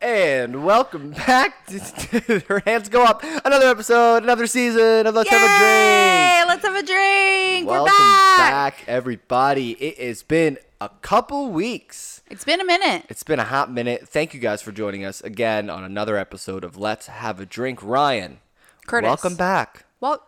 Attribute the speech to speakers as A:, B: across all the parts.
A: And welcome back to, Her Hands Go Up, another episode, another season of Let's Have a Drink.
B: Yay! Let's have a drink.
A: Welcome
B: We're back.
A: back, everybody. It has been a couple weeks.
B: It's been a minute.
A: It's been a hot minute. Thank you guys for joining us again on another episode of Let's Have a Drink. Ryan,
B: Curtis.
A: welcome back.
B: Well,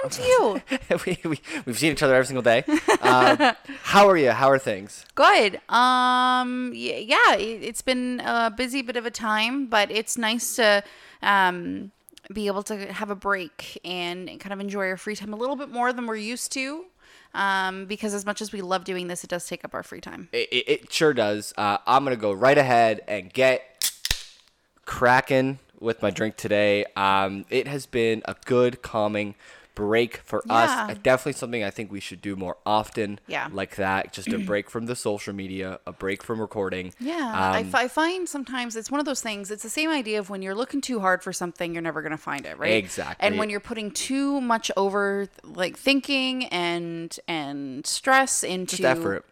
B: same to you.
A: we, we, we've seen each other every single day. Um, how are you? How are things?
B: Good. Um, y- yeah, it, it's been a busy bit of a time, but it's nice to um, be able to have a break and kind of enjoy our free time a little bit more than we're used to. Um, because as much as we love doing this, it does take up our free time.
A: It, it, it sure does. Uh, I'm gonna go right ahead and get cracking with my drink today. Um, it has been a good calming break for
B: Yeah.
A: us. It's definitely something I think we should do more often.
B: Yeah.
A: Like that, just a break from the social media, a break from recording.
B: Yeah, I
A: Um,
B: fi- I find sometimes it's one of those things. It's the same idea of when you're looking too hard for something, you're never going to find it, right?
A: Exactly.
B: And when you're putting too much over like thinking and and stress into
A: just effort.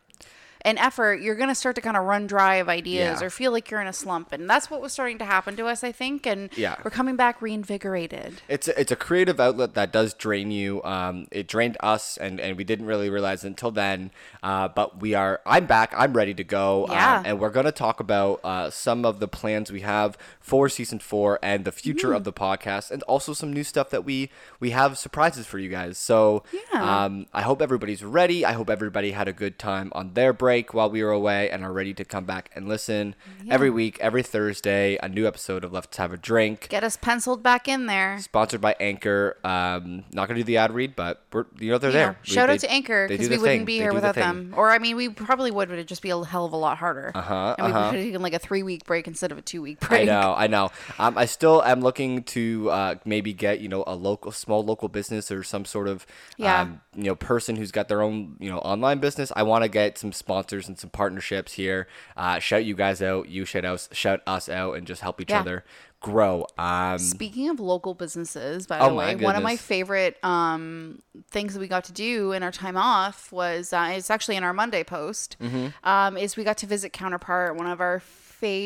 B: and effort, you're going to start to kind of run dry of ideas
A: Yeah.
B: or feel like you're in a slump, and that's what was starting to happen to us, I think. And
A: Yeah.
B: we're coming back reinvigorated.
A: It's a, it's a creative outlet that does drain you. Um, it drained us, and, and we didn't really realize until then. Uh, but we are. I'm back. I'm ready to go.
B: Yeah.
A: Um, and we're gonna talk about uh, some of the plans we have for season four and the future
B: Mm.
A: of the podcast, and also some new stuff that we we have surprises for you guys. So
B: Yeah.
A: um, I hope everybody's ready. I hope everybody had a good time on their break while we were away, and are ready to come back and listen every week, every Thursday, a new episode of Let's Have a Drink
B: Get us penciled back in there.
A: sponsored by Anchor. Um, not gonna do the ad read, but we're you know they're
B: You know,
A: there. We-
B: shout out
A: they-
B: to Anchor
A: they
B: because
A: do
B: we
A: the
B: wouldn't
A: thing.
B: be
A: They
B: here
A: do the
B: without
A: thing.
B: them. Or I mean, we probably would, but it'd just be a hell of a lot harder. Uh-huh, and we would have taken like a three week break instead of a two week break.
A: I know, I know. Um, I still am looking to uh, maybe get you know a local, small local business or some sort of
B: Yeah.
A: um, you know person who's got their own you know online business. I want to get some sponsors and some partnerships here. Uh, shout you guys out, you shout us, shout us out, and just help each
B: Yeah.
A: other grow. Um,
B: Speaking of local businesses, by
A: Oh
B: the
A: my
B: way, one of my
A: goodness.
B: favorite um, things that we got to do in our time off was uh, it's actually in our Monday post.
A: Mm-hmm.
B: Um, is we got to visit Counterpart, one of our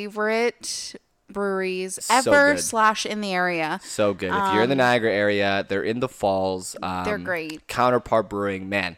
B: favorite breweries ever
A: good.
B: slash in the area.
A: So good. If you're in the Niagara area, they're in the falls. Um,
B: Um, great.
A: Counterpart Brewing, man,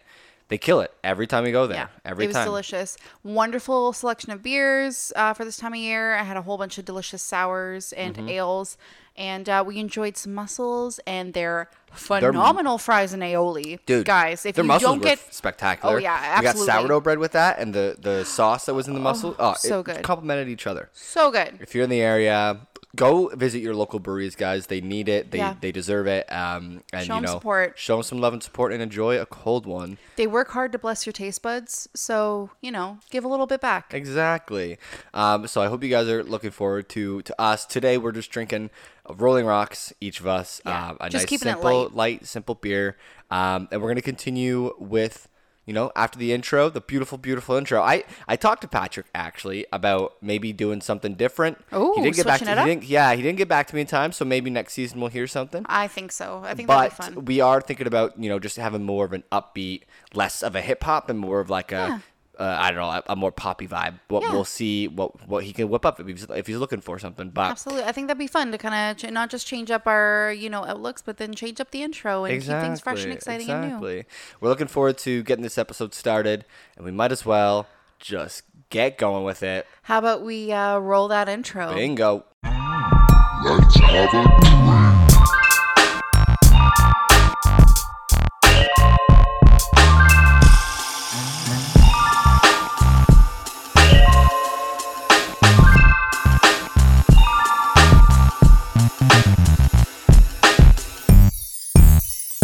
A: they kill it every time we go there. every
B: it was
A: time.
B: delicious. Wonderful selection of beers uh, for this time of year. I had a whole bunch of delicious sours and
A: Mm-hmm.
B: ales, and uh, we enjoyed some mussels and their phenomenal fries and aioli.
A: Dude,
B: guys, if
A: their
B: you
A: mussels
B: don't
A: were
B: get
A: spectacular.
B: Oh, yeah,
A: We
B: absolutely.
A: got sourdough bread with that, and the the sauce that was in the mussel. Oh,
B: so
A: it
B: good.
A: Complemented each other.
B: so good,
A: If you're in the area, go visit your local breweries, guys. They need it. They
B: Yeah.
A: they deserve it. Um, and
B: Show
A: you
B: 'em
A: know,
B: support.
A: show them some love and support, and enjoy a cold one.
B: they work hard to bless your taste buds. So you know, give a little bit back.
A: Exactly. Um, so I hope you guys are looking forward to to us today. We're just drinking uh, Rolling Rocks, each of us.
B: Yeah,
A: Um, a
B: just
A: nice
B: keeping it
A: simple,
B: light.
A: simple beer. Um, and we're gonna continue with you know after the intro, the beautiful, beautiful intro. I I talked to Patrick actually about maybe doing something different.
B: Ooh,
A: he didn't get back to
B: switching
A: he
B: it up?
A: didn't, yeah he didn't get back to me in time. So maybe next season we'll hear something
B: I think so. I think that'd be
A: but
B: fun.
A: we are thinking about you know just having more of an upbeat, less of a hip hop, and more of like a uh, I don't know a, a more poppy vibe. What
B: Yeah.
A: we'll see what what he can whip up if he's if he's looking for something. But
B: Absolutely, I think that'd be fun to kind of ch- not just change up our you know outlooks, but then change up the intro and keep things fresh and exciting
A: exactly.
B: and new.
A: We're looking forward to getting this episode started, and we might as well just get going with it.
B: How about we uh, roll that intro?
A: Bingo.
C: Let's have a drink.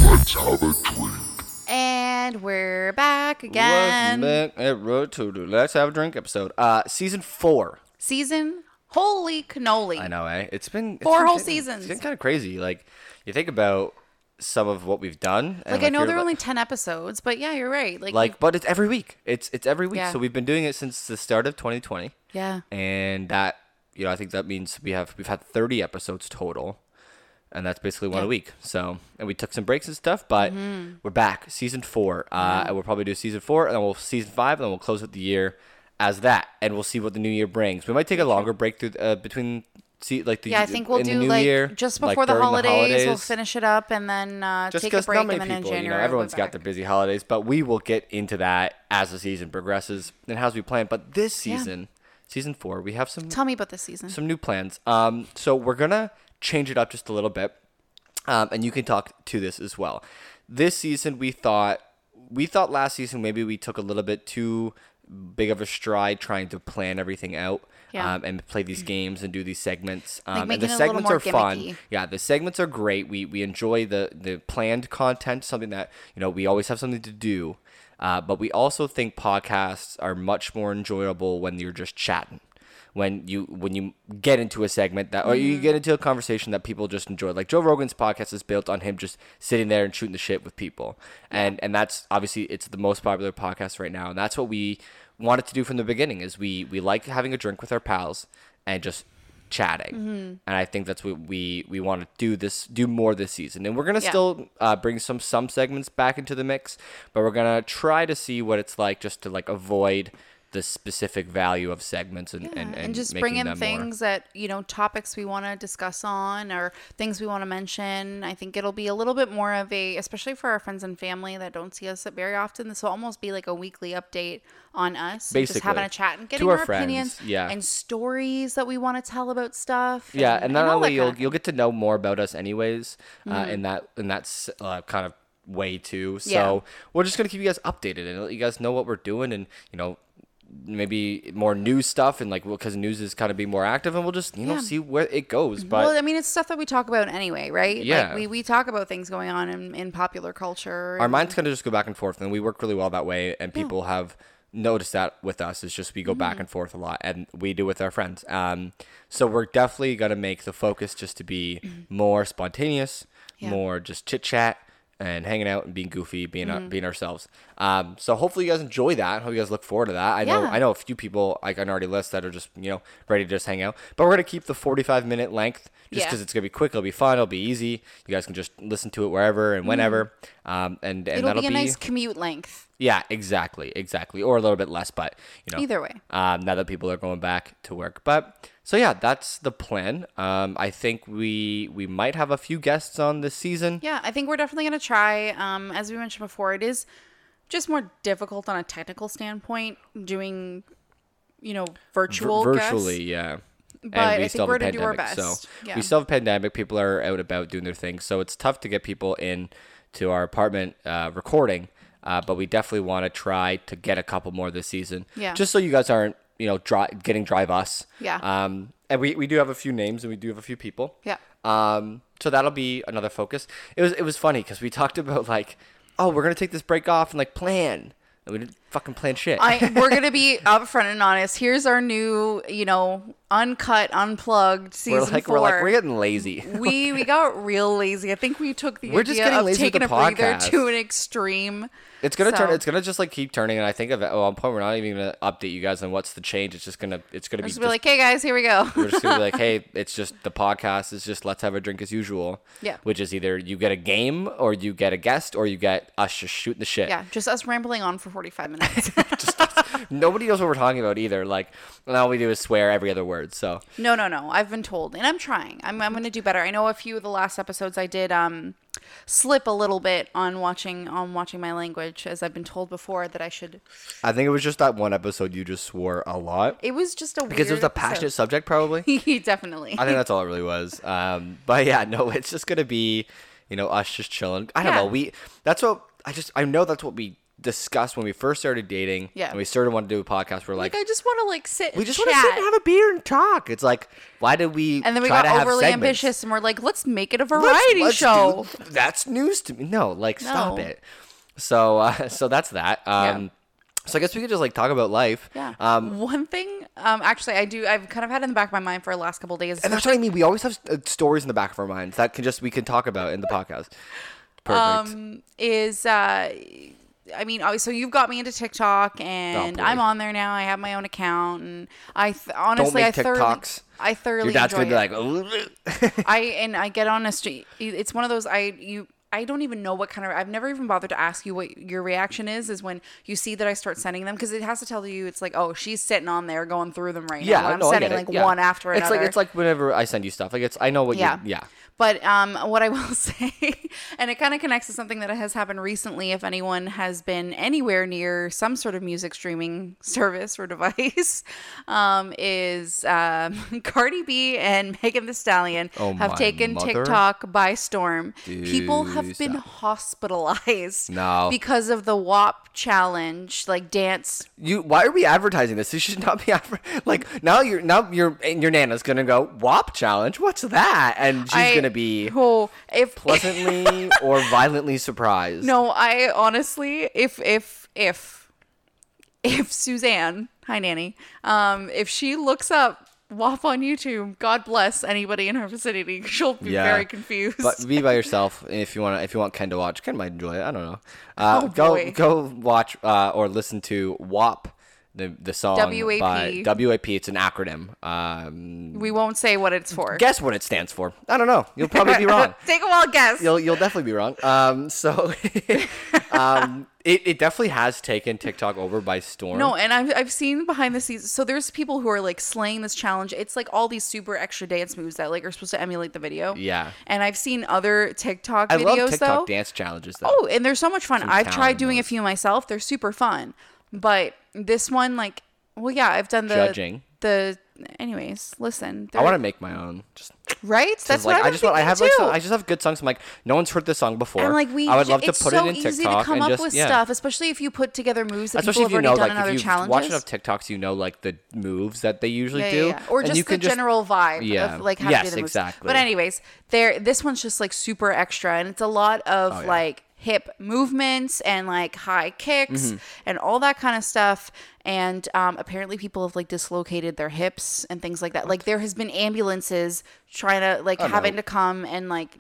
C: Let's have a drink.
B: And we're back again.
A: Let's make it road to do. Let's have a drink episode. Uh, season four.
B: Season, holy cannoli.
A: I know, eh? It's been it's
B: Four
A: been
B: whole
A: kinda- It's been
B: seasons.
A: kind of crazy. Like you think about some of what we've done. And
B: Like I know
A: you're
B: there are
A: li-
B: only ten episodes, but yeah, you're right. Like,
A: like, but it's every week. It's it's every week.
B: Yeah.
A: So we've been doing it since the start of 2020,
B: yeah,
A: and that you know I think that means we have we've had 30 episodes total, and that's basically one a
B: Yeah. Mm-hmm.
A: week. So and we took some breaks and stuff, but we're back season four. Uh, and we'll probably do season four, and then we'll season five, and then we'll close out the year as that, and we'll see what the new year brings. We might take a longer break through uh, between see like the
B: Yeah, I think we'll
A: in the
B: do
A: new
B: like
A: year,
B: just
A: like,
B: before the,
A: during
B: holidays, We'll
A: holidays.
B: finish it up and then uh,
A: Just
B: take a
A: because
B: break.
A: not many
B: and then in
A: people,
B: January,
A: you know,
B: we'll be
A: everyone's got
B: back.
A: their busy holidays, but we will get into that as the season progresses and how's we plan. But this
B: Yeah.
A: season, season four, we have some
B: Tell me about this season.
A: some new plans. Um, so we're gonna change it up just a little bit, um, and you can talk to this as well. This season, we thought we thought last season maybe we took a little bit too big of a stride trying to plan everything out.
B: Yeah.
A: Um, and play these games and do these segments. Um, and
B: making
A: the
B: it a little
A: segments
B: more
A: are fun.
B: gimmicky.
A: Yeah, the segments are great. We we enjoy the the planned content, something that you know we always have something to do. Uh, but we also think podcasts are much more enjoyable when you're just chatting. When you when you get into a segment that or
B: Mm-hmm.
A: you get into a conversation that people just enjoy, like Joe Rogan's podcast is built on him just sitting there and shooting the shit with people, and and that's obviously it's the most popular podcast right now, and that's what we wanted to do from the beginning is we we like having a drink with our pals and just chatting.
B: Mm-hmm.
A: And I think that's what we we want to do this do more this season. And we're gonna
B: Yeah.
A: still uh, bring some some segments back into the mix, but we're gonna try to see what it's like just to like avoid the specific value of segments and and,
B: Yeah,
A: and,
B: and, just
A: making
B: bring in
A: them more-
B: things that you know topics we want to discuss on or things we want to mention i think it'll be a little bit more of a especially for our friends and family that don't see us very often this will almost be like a weekly update on us and just
A: Basically.
B: having a chat and
A: To
B: getting
A: our
B: our, opinions
A: friends, yeah.
B: and stories that we want to tell about stuff
A: Yeah, and, not
B: all that
A: only
B: kind of
A: you'll
B: thing.
A: you'll get to know more about us anyways, uh, in that in that s- uh, kind of way too. So
B: Mm-hmm. Yeah.
A: we're just gonna keep you guys updated and let you guys know what we're doing, and you know maybe more news stuff and like because news is kind of being more active, and we'll just you know
B: Yeah. Mm-hmm.
A: see where it goes. But
B: well, I mean, it's stuff that we talk about anyway, right?
A: Yeah.
B: Like we, we talk about things going on in, in popular culture.
A: our minds kind of just go back and forth, and we work really well that way, and people have noticed that with us it's just we go
B: Mm-hmm.
A: back and forth a lot and we do with our friends um so we're definitely going to make the focus just to be more spontaneous
B: Mm-hmm. Yeah.
A: more just chit chat and hanging out and being goofy being
B: Mm-hmm.
A: uh, being ourselves um so hopefully you guys enjoy that hope you guys look forward to that i know
B: Yeah.
A: i know a few people like on already list that are just you know ready to just hang out but we're going to keep the 45 minute length just
B: Yeah.
A: because it's going to be quick it'll be fun it'll be easy you guys can just listen to it wherever and whenever um and and
B: Mm-hmm. It'll
A: that'll
B: be a nice commute length.
A: yeah, exactly, exactly, or a little bit less, but you know,
B: Either way.
A: Um, now that people are going back to work, but so yeah, that's the plan. Um, I think we we might have a few guests on this season.
B: Yeah, I think we're definitely going to try. Um, as we mentioned before, it is just more difficult on a technical standpoint doing, you know,
A: vir-
B: virtual guests.
A: virtually, yeah.
B: But I think we're gonna do our
A: so
B: best, yeah.
A: we still have a pandemic. People are out about doing their thing, so it's tough to get people in to our apartment uh, recording. Uh, but we definitely want to try to get a couple more this season,
B: Yeah.
A: Just so you guys aren't, you know, dri- getting drive us,
B: Yeah.
A: Um, and we, we do have a few names and we do have a few people,
B: Yeah.
A: um, so that'll be another focus. It was it was funny because we talked about like, oh, we're gonna take this break off and like plan, and we didn't fucking plan shit.
B: I, we're going to be upfront and honest. Here's our new, you know, uncut, unplugged
A: we're
B: season
A: like
B: four.
A: we're like we're getting lazy.
B: we we got real lazy. I think we took the
A: We're just
B: idea
A: getting
B: of
A: lazy with
B: taking a
A: the
B: breather
A: podcast.
B: to an extreme.
A: It's gonna turn.
B: So-
A: It's gonna just like keep turning, and I think at one point we're not even gonna update you guys on what's the change. It's just gonna. It's gonna be.
B: Just
A: Just,
B: be like, hey guys, here we go.
A: we're just gonna be like, hey, it's just the podcast. It's just let's have a drink as usual.
B: Yeah.
A: Which is either you get a game, or you get a guest, or you get us just shooting the shit.
B: yeah, just us rambling on for 45 minutes.
A: Just us. Nobody knows what we're talking about either. Like, and all we do is swear every other word. So
B: no, no, no. I've been told, and I'm trying. I'm, I'm going to do better. I know a few of the last episodes I did um, slip a little bit on watching on watching my language, as I've been told before that I should.
A: I think it was just that one episode you just swore a lot
B: It was just a
A: because it was a passionate subject, probably.
B: passionate. Definitely.
A: I think that's all it really was. Um, but yeah, no, it's just gonna be, you know, us just chilling. I don't
B: Yeah.
A: know. We that's what I just I know that's what we discussed when we first started dating.
B: Yeah.
A: And we started wanting to do a podcast. We're like,
B: like I just want to like sit.
A: we
B: and
A: just
B: chat.
A: want to sit and have a beer and talk. It's like, why did we?
B: And then we
A: try to
B: got
A: have
B: overly
A: segments?
B: ambitious, and we're like, let's make it a
A: Let's-
B: variety
A: let's
B: show.
A: do- that's news to me. No, like stop
B: No.
A: it. So uh, so that's that. Um, So I guess we could just like talk about life.
B: Yeah.
A: Um,
B: One thing, um, actually, I do. I've kind of had in the back of my mind for the last couple of days.
A: And that's what I mean. We always have uh, stories in the back of our minds that can just we can talk about in the podcast. Perfect.
B: Um, is uh, I mean, obvi- so you've got me into TikTok, and
A: boy.
B: I'm on there now. I have my own account, and I th- honestly,
A: make
B: I thoroughly,
A: TikToks.
B: I thoroughly
A: Your dad's
B: enjoy
A: gonna be
B: it.
A: like, "Ugh."
B: I and I get on a street. It's one of those I you. I- I don't even know what kind of I've never even bothered to ask you what your reaction is is when you see that I start sending them because it has to tell you it's like oh she's sitting on there going through them right now.
A: Yeah,
B: and I'm
A: no, I get
B: sending
A: it.
B: like
A: Yeah.
B: one after another.
A: It's like it's like whenever I send you stuff, like it's I know what
B: Yeah.
A: you yeah.
B: But um, what I will say, and it kind of connects to something that has happened recently, if anyone has been anywhere near some sort of music streaming service or device, um, is um, Cardi B and Megan Thee Stallion
A: Oh,
B: have
A: my
B: taken
A: mother.
B: TikTok by storm. People have been
A: stop.
B: hospitalized
A: No.
B: because of the WAP challenge, like dance.
A: You why are we advertising this? You should not be adver- like now you're now your and your nana's gonna go WAP challenge. What's that? And she's
B: I-
A: gonna be
B: oh, if
A: pleasantly or violently surprised.
B: No, I honestly, if if if if Suzanne, hi nanny, um, if she looks up WAP on YouTube, God bless anybody in her vicinity. She'll be
A: Yeah.
B: very confused.
A: But be by yourself if you want. to If you want Ken to watch, Ken might enjoy it. I don't know. Uh,
B: Oh,
A: go
B: boy.
A: go watch uh, or listen to WAP, the the song
B: WAP.
A: by WAP. It's an acronym. Um,
B: we won't say what it's for.
A: guess what it stands for. I don't know. You'll probably be wrong.
B: Take a wild guess.
A: You'll you'll definitely be wrong. Um, so, um, it, it definitely has taken TikTok over by storm.
B: No, and I've, I've seen behind the scenes. So there's people who are like slaying this challenge. It's like all these super extra dance moves that like are supposed to emulate the video.
A: Yeah.
B: And I've seen other TikTok
A: I
B: videos
A: love TikTok
B: though.
A: dance challenges though.
B: Oh, and they're so much fun. I've tried
A: talent
B: doing a few myself. They're super fun. But this one, like, well, yeah, I've done the
A: Judging.
B: The anyways, listen.
A: I want to
B: to
A: make my own. Just
B: right. That's
A: like
B: what
A: I
B: I'm
A: just want. I have like
B: too.
A: some, I just have good songs. I'm like no one's heard this song before.
B: and like we,
A: I would love to
B: it's
A: put
B: so
A: it in
B: easy
A: TikTok
B: to come
A: and
B: up
A: just
B: with
A: yeah.
B: stuff, especially if you put together moves that
A: Especially if
B: people
A: you
B: have
A: know,
B: already
A: like,
B: done in
A: if
B: other
A: you
B: challenges.
A: watch enough TikToks, you know, like the moves that they usually
B: Yeah, yeah,
A: do,
B: yeah. Or
A: and
B: just
A: you
B: the
A: can just-
B: general vibe
A: Yeah.
B: of like how
A: Yes,
B: to do the moves.
A: exactly.
B: But anyways, there this one's just like super extra and it's a lot of
A: Oh, yeah.
B: like hip movements and like high kicks
A: Mm-hmm.
B: and all that kind of stuff. And um, apparently people have like dislocated their hips and things like that. Like there has been ambulances trying to like having to come and like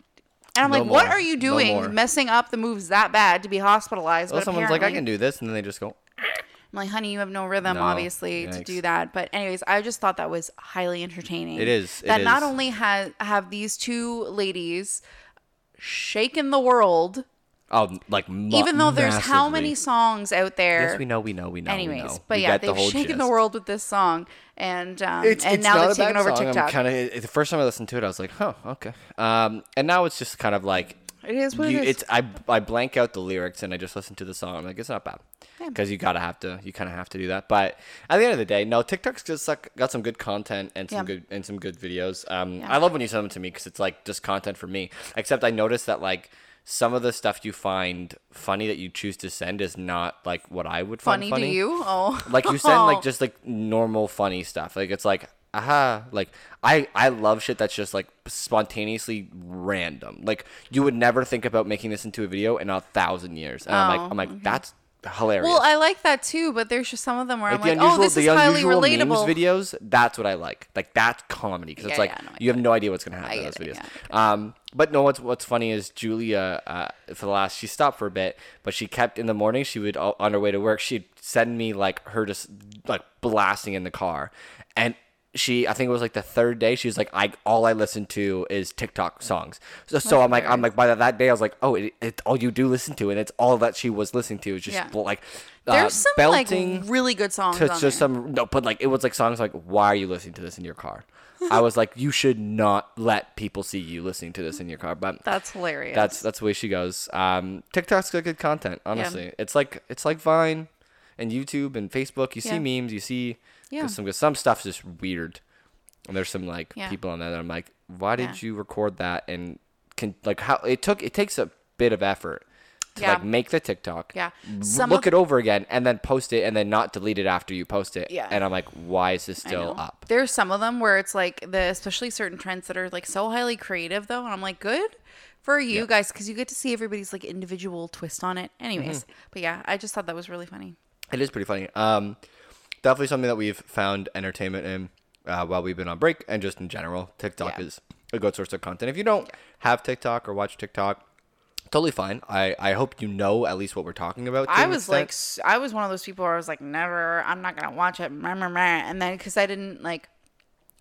B: and I'm
A: Oh, No
B: like, what
A: more.
B: are you
A: No
B: doing?
A: more."
B: messing up the moves that bad to be hospitalized?
A: Well,
B: but
A: Oh, someone's like, I
B: apparently-
A: can do this, and then they just go.
B: I'm like, honey, you have no rhythm,
A: No.
B: obviously, to
A: Yikes.
B: do that. But anyways, I just thought that was highly entertaining.
A: It is. It
B: that not
A: is.
B: only has have these two ladies shaken the world,
A: Oh, like mu-
B: even though there's how
A: massively.
B: many songs out there.
A: Yes, we know, we know, we know. we
B: Anyways,
A: know.
B: but
A: We
B: yeah,
A: got the
B: they've
A: whole
B: shaken the
A: gist.
B: world with this song, and um,
A: It's,
B: and
A: it's
B: now
A: not
B: they've
A: a
B: taken
A: bad
B: over
A: song.
B: TikTok.
A: I'm kind of the first time I listened to it, I was like, huh, okay. Um, and now it's just kind of like
B: It is what
A: you,
B: it is.
A: It's I I blank out the lyrics and I just listen to the song. I'm like, it's not bad because you gotta have to you kind of have to do that. But at the end of the day, no, TikTok's just like got some good content and some
B: Yeah.
A: good and some good videos. Um, I love when you send them to me because it's like just content for me. Except I noticed that like. Some of the stuff you find funny that you choose to send is not like what I would find
B: funny,
A: funny.
B: to you? Oh,
A: Like you send like just like normal funny stuff. Like it's like aha. Like I I love shit that's just like spontaneously random. Like you would never think about making this into a video in a thousand years. And I'm like I'm like that's hilarious.
B: well, I like that too, but there's just some of them where
A: like
B: I'm like, oh, this is highly relatable.
A: memes videos. That's what I like. Like that's comedy because it's
B: Yeah,
A: like
B: yeah, no, I
A: you have no idea what's gonna happen in
B: get
A: those
B: it,
A: videos.
B: yeah,
A: um, but no, what's what's funny is Julia uh, for the last she stopped for a bit, but she kept in the morning. She would o- on her way to work. She'd send me like her just like blasting in the car, and. She, I think it was like the third day. She was like, "I all I listen to is TikTok songs." So, so I'm like, I'm like, by that day, I was like, "Oh, it, it's all you do listen to," and it's all that she was listening to. It's just
B: Yeah.
A: like uh,
B: there's some
A: belting
B: like really good songs.
A: to
B: on
A: just
B: there.
A: some no, but like it was like songs like why are you listening to this in your car? I was like, you should not let people see you listening to this in your car. But
B: That's hilarious.
A: that's that's the way she goes. Um, TikTok's got good content, honestly. It's like it's like Vine and YouTube and Facebook. You see
B: Yeah.
A: memes, you see
B: Yeah.
A: some good some stuff's just weird. And there's some like
B: Yeah.
A: people on there that I'm like, why did
B: Yeah.
A: you record that? And can like how it took it takes a bit of effort to
B: Yeah.
A: like make the TikTok.
B: Yeah.
A: w-
B: Some
A: look it
B: of-
A: over again and then post it and then not delete it after you post it.
B: Yeah.
A: And I'm like, why is this still
B: know.
A: up?
B: There's some of them where it's like the especially certain trends that are like so highly creative though, and I'm like, good for you guys because you get to see everybody's like individual twist on it. Anyways, but yeah, I just thought that was really funny.
A: Mm-hmm. It is pretty funny. Um, definitely something that we've found entertainment in uh, while we've been on break and just in general. TikTok
B: Yeah.
A: is a good source of content. If you don't have TikTok or watch TikTok, totally fine. I, I hope you know at least what we're talking about. to
B: I
A: an
B: was
A: extent.
B: like, s- I was one of those people where I was like, never, I'm not gonna watch it, meh, meh, meh. and then because I didn't like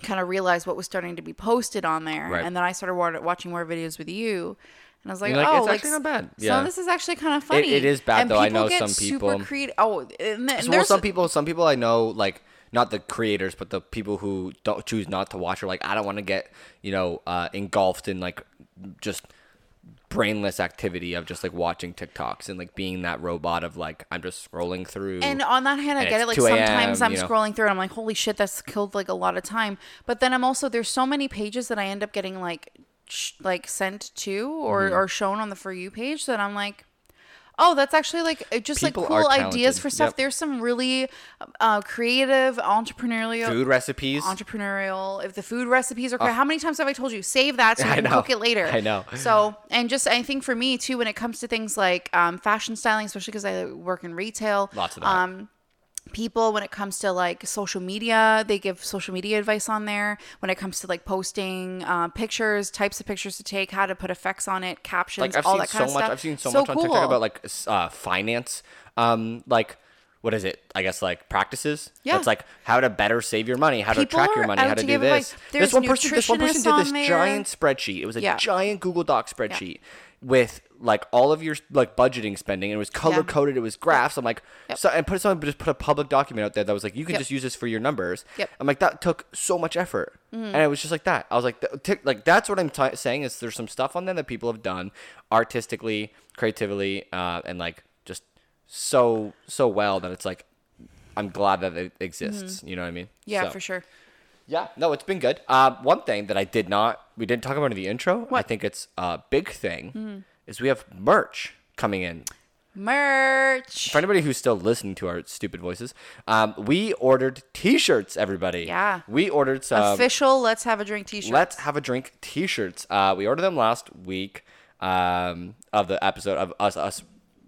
B: kind of realize what was starting to be posted on there,
A: Right.
B: and then I started wa- watching more videos with you. And I was like,
A: You're like,
B: oh,
A: "It's
B: like,
A: actually not bad."
B: Yeah.
A: Yeah.
B: So this is actually kind of funny.
A: it is bad,
B: and
A: though. I
B: people
A: know
B: get
A: some
B: super
A: people-
B: Creed. Oh, and, th- and
A: So, well,
B: there's
A: some people, some people I know, like not the creators, but the people who don't choose not to watch are like, I don't want to get, you know, uh, engulfed in like just brainless activity of just like watching TikToks and like being that robot of like I'm just scrolling through.
B: And uh, on that hand, I
A: and
B: get
A: it's
B: it. Like
A: 2 a.m.,
B: sometimes I'm
A: you know.
B: scrolling through and I'm like, holy shit, that's killed like a lot of time. But then I'm also there's so many pages that I end up getting like sh- like sent to or
A: Mm-hmm.
B: or shown on the for you page that I'm like. Oh, that's actually like uh, just
A: People
B: like
A: are
B: cool ideas
A: talented.
B: for stuff.
A: Yep.
B: There's some really uh, creative entrepreneurial
A: food recipes.
B: entrepreneurial. If the food recipes are, cra- how many times have I told you save that so you
A: I
B: can
A: know.
B: cook it later?
A: I know.
B: So and just I think for me too, when it comes to things like um, fashion styling, especially because I work in retail,
A: Lots of that.
B: Um, people when it comes to like social media they give social media advice on there when it comes to like posting uh, pictures types of pictures to take how to put effects on it captions
A: like I've
B: all
A: seen
B: that
A: so
B: kind
A: much.
B: of stuff
A: I've seen so,
B: So
A: much on
B: cool.
A: TikTok about like s- uh, finance, um, like what is it? I guess like practices.
B: Yeah.
A: It's like how to better save your money, how to
B: People
A: track
B: are
A: your money,
B: out
A: how to
B: to
A: do
B: give advice.
A: this.
B: There's
A: This one person, this one person
B: nutritionists
A: did this
B: on there.
A: giant spreadsheet. It was a
B: Yeah.
A: giant Google Doc spreadsheet with like all of your like budgeting spending, and it was color coded. It was graphs. I'm like, so and put someone just put a public document out there that was like, you can
B: Yep.
A: just use this for your numbers.
B: Yep. Mm-hmm.
A: I'm like, that took so much effort, and it was just like that. I was like, th- tick- like that's what I'm t- saying is there's some stuff on there that people have done artistically, creatively, uh, and like just so so well that it's like. I'm glad that it exists. You know what I mean?
B: Mm-hmm. yeah
A: So-
B: for sure
A: yeah, no, it's been good. Uh, one thing that I did not, we didn't talk about in the intro. I think it's a big thing
B: Mm-hmm.
A: is we have merch coming in.
B: merch
A: For anybody who's still listening to our stupid voices, um, we ordered T-shirts. Everybody,
B: Yeah.
A: we ordered some.
B: official let's have a drink t-shirt
A: Let's have a drink T-shirts. Uh, we ordered them last week um, of the episode of us us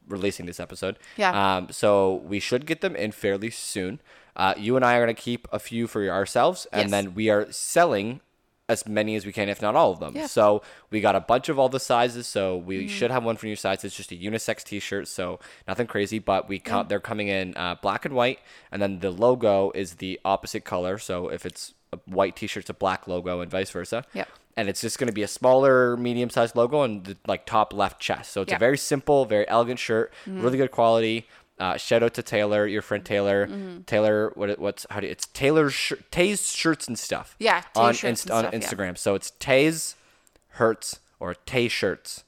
A: releasing this episode.
B: Yeah.
A: Um, so we should get them in fairly soon. Uh, you and I are gonna keep a few for ourselves, and
B: Yes.
A: then we are selling as many as we can, if not all of them.
B: Yeah.
A: So we got a bunch of all the sizes. So we should have one for new size. It's just a unisex T-shirt, so nothing crazy. But we count. They're coming in uh, black and white, and then the logo is the opposite color. So if it's a white T-shirt, it's a black logo, and vice versa.
B: Yep.
A: And it's just going to be a smaller, medium-sized logo on the like top left chest. So it's
B: Yeah. Mm-hmm.
A: a very simple, very elegant shirt. Really good quality. Uh, shout out to Taylor, your friend Taylor.
B: Mm-hmm.
A: Taylor, what what's how do you, it's Taylor's shir- Tay's shirts and stuff.
B: Yeah, Tay
A: on,
B: shirts and
A: Inst- on
B: stuff, yeah.
A: Instagram. So it's Tay's Hertz or Tay Shirts.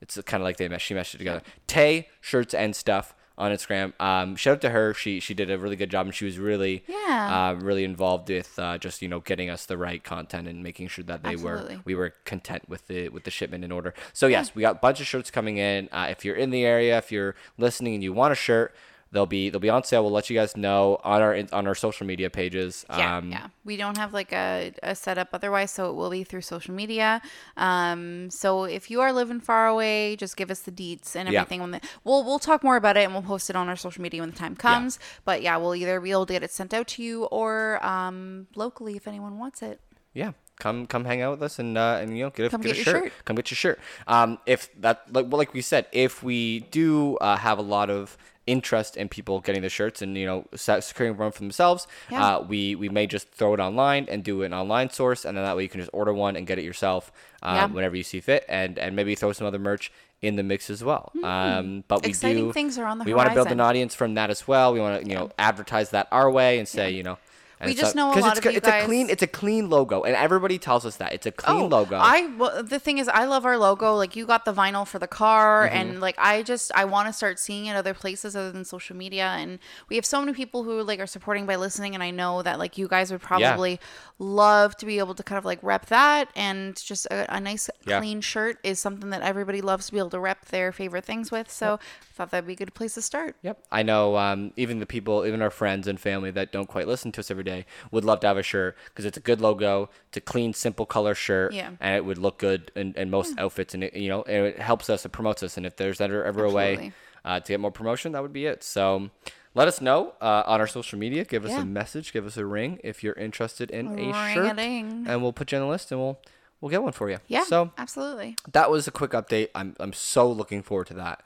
A: It's kind of like they mesh, she meshed it together. Tay Shirts and stuff on Instagram. Um, shout out to her. She she did a really good job and she was really
B: Yeah.
A: um, really involved with uh, just you know getting us the right content and making sure that they
B: Absolutely.
A: were we were content with the with the shipment in order. So yes, we got a bunch of shirts coming in. Uh, if you're in the area, if you're listening and you want a shirt. They'll be they'll be on sale. We'll let you guys know on our on our social media pages. Um,
B: Yeah, yeah. We don't have like a, a setup otherwise, so it will be through social media. Um, so if you are living far away, just give us the deets and
A: Yeah.
B: everything. When the, we'll we'll talk more about it and we'll post it on our social media when the time comes. But yeah, we'll either be able to get it sent out to you or um, locally if anyone wants it.
A: yeah come come hang out with us and uh and you know get a,
B: Come
A: get
B: get
A: a
B: your
A: shirt.
B: shirt.
A: come get your shirt um if that like well, like we said if we do uh, have a lot of interest in people getting the shirts and you know se- securing one for themselves
B: Yeah.
A: uh we we may just throw it online and do an online source and then that way you can just order one and get it yourself um,
B: Yeah.
A: whenever you see fit and and maybe throw some other merch in the mix as well um but we
B: Hmm. Exciting
A: do
B: things are on the
A: we want to build
B: horizon.
A: an audience from that as well we want to you know advertise that our way and say you know and
B: We
A: it's
B: just know a
A: 'cause
B: lot
A: it's,
B: of
A: co-
B: you
A: it's a clean
B: guys-
A: it's a clean logo, and everybody tells us that it's a clean logo.
B: Oh, I well, the thing is, I love our logo. Like you got the vinyl for the car,
A: Mm-hmm.
B: and like I just I want to start seeing it other places other than social media. And we have so many people who like are supporting by listening, and I know that like you guys would probably love to be able to kind of like rep that, and just a, a nice
A: Yeah.
B: clean shirt is something that everybody loves to be able to rep their favorite things with. So I thought that'd be a good place to start.
A: yep, I know. Um, even the people, even our friends and family that don't quite listen to us every day would love to have a shirt because it's a good logo. It's a clean, simple color shirt,
B: Yeah. Hmm.
A: and it would look good in, in most outfits, and it, you know, and it helps us, it promotes us, and if there's ever ever a
B: Absolutely.
A: way uh, to get more promotion, that would be it. So. Let us know uh, on our social media. Give us
B: Yeah.
A: a message. Give us a ring if you're interested in a shirt,
B: Ring-a-ding.
A: and we'll put you on the list, and we'll we'll get one for you.
B: Yeah,
A: So
B: absolutely.
A: that was a quick update. I'm I'm so looking forward to that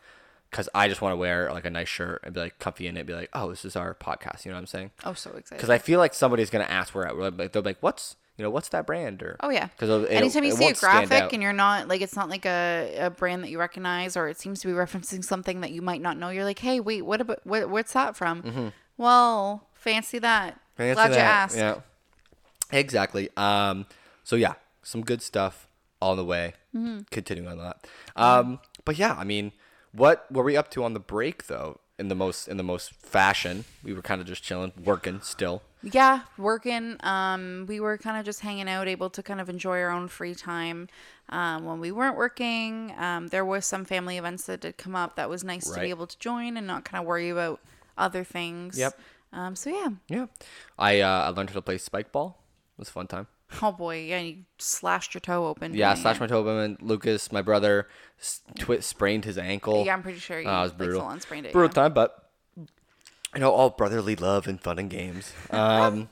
A: because I just want to wear like a nice shirt and be like comfy in it. Be like, oh, this is our podcast. You know what I'm saying?
B: Oh, so excited.
A: Because I feel like somebody's gonna ask where I- like they're like, what's you know, what's that brand or
B: Oh yeah.
A: 'Cause it'll- it'll-
B: anytime you
A: it
B: see a
A: won't stand
B: graphic
A: out.
B: and you're not like it's not like a, a brand that you recognize or it seems to be referencing something that you might not know, you're like, hey, wait, what about what, what's that from? Well, fancy that.
A: Mm-hmm. Fancy
B: Glad you
A: that.
B: asked.
A: Yeah. Exactly. Um, so yeah, some good stuff on the way.
B: Mm-hmm.
A: Continuing on that. Um, but yeah, I mean, what were we up to on the break though? In the most in the most fashion, we were kind of just chilling, working still.
B: Yeah, working. Um, we were kind of just hanging out, able to kind of enjoy our own free time. Um, when we weren't working, um, there was some family events that did come up that was nice to
A: Right.
B: be able to join and not kind of worry about other things.
A: Yep.
B: Um, so yeah.
A: Yeah. I uh, I learned how to play spike ball. It was a fun time.
B: Oh boy, yeah, you slashed your toe open.
A: Yeah,
B: doing
A: slash
B: it.
A: my toe bone. Lucas, my brother, s- twi- sprained his ankle.
B: Yeah, I'm pretty sure you
A: Oh, it was
B: like,
A: brutal.
B: full on sprained it.
A: brutal
B: yeah.
A: time, but you know, all brotherly love and fun and games. Um,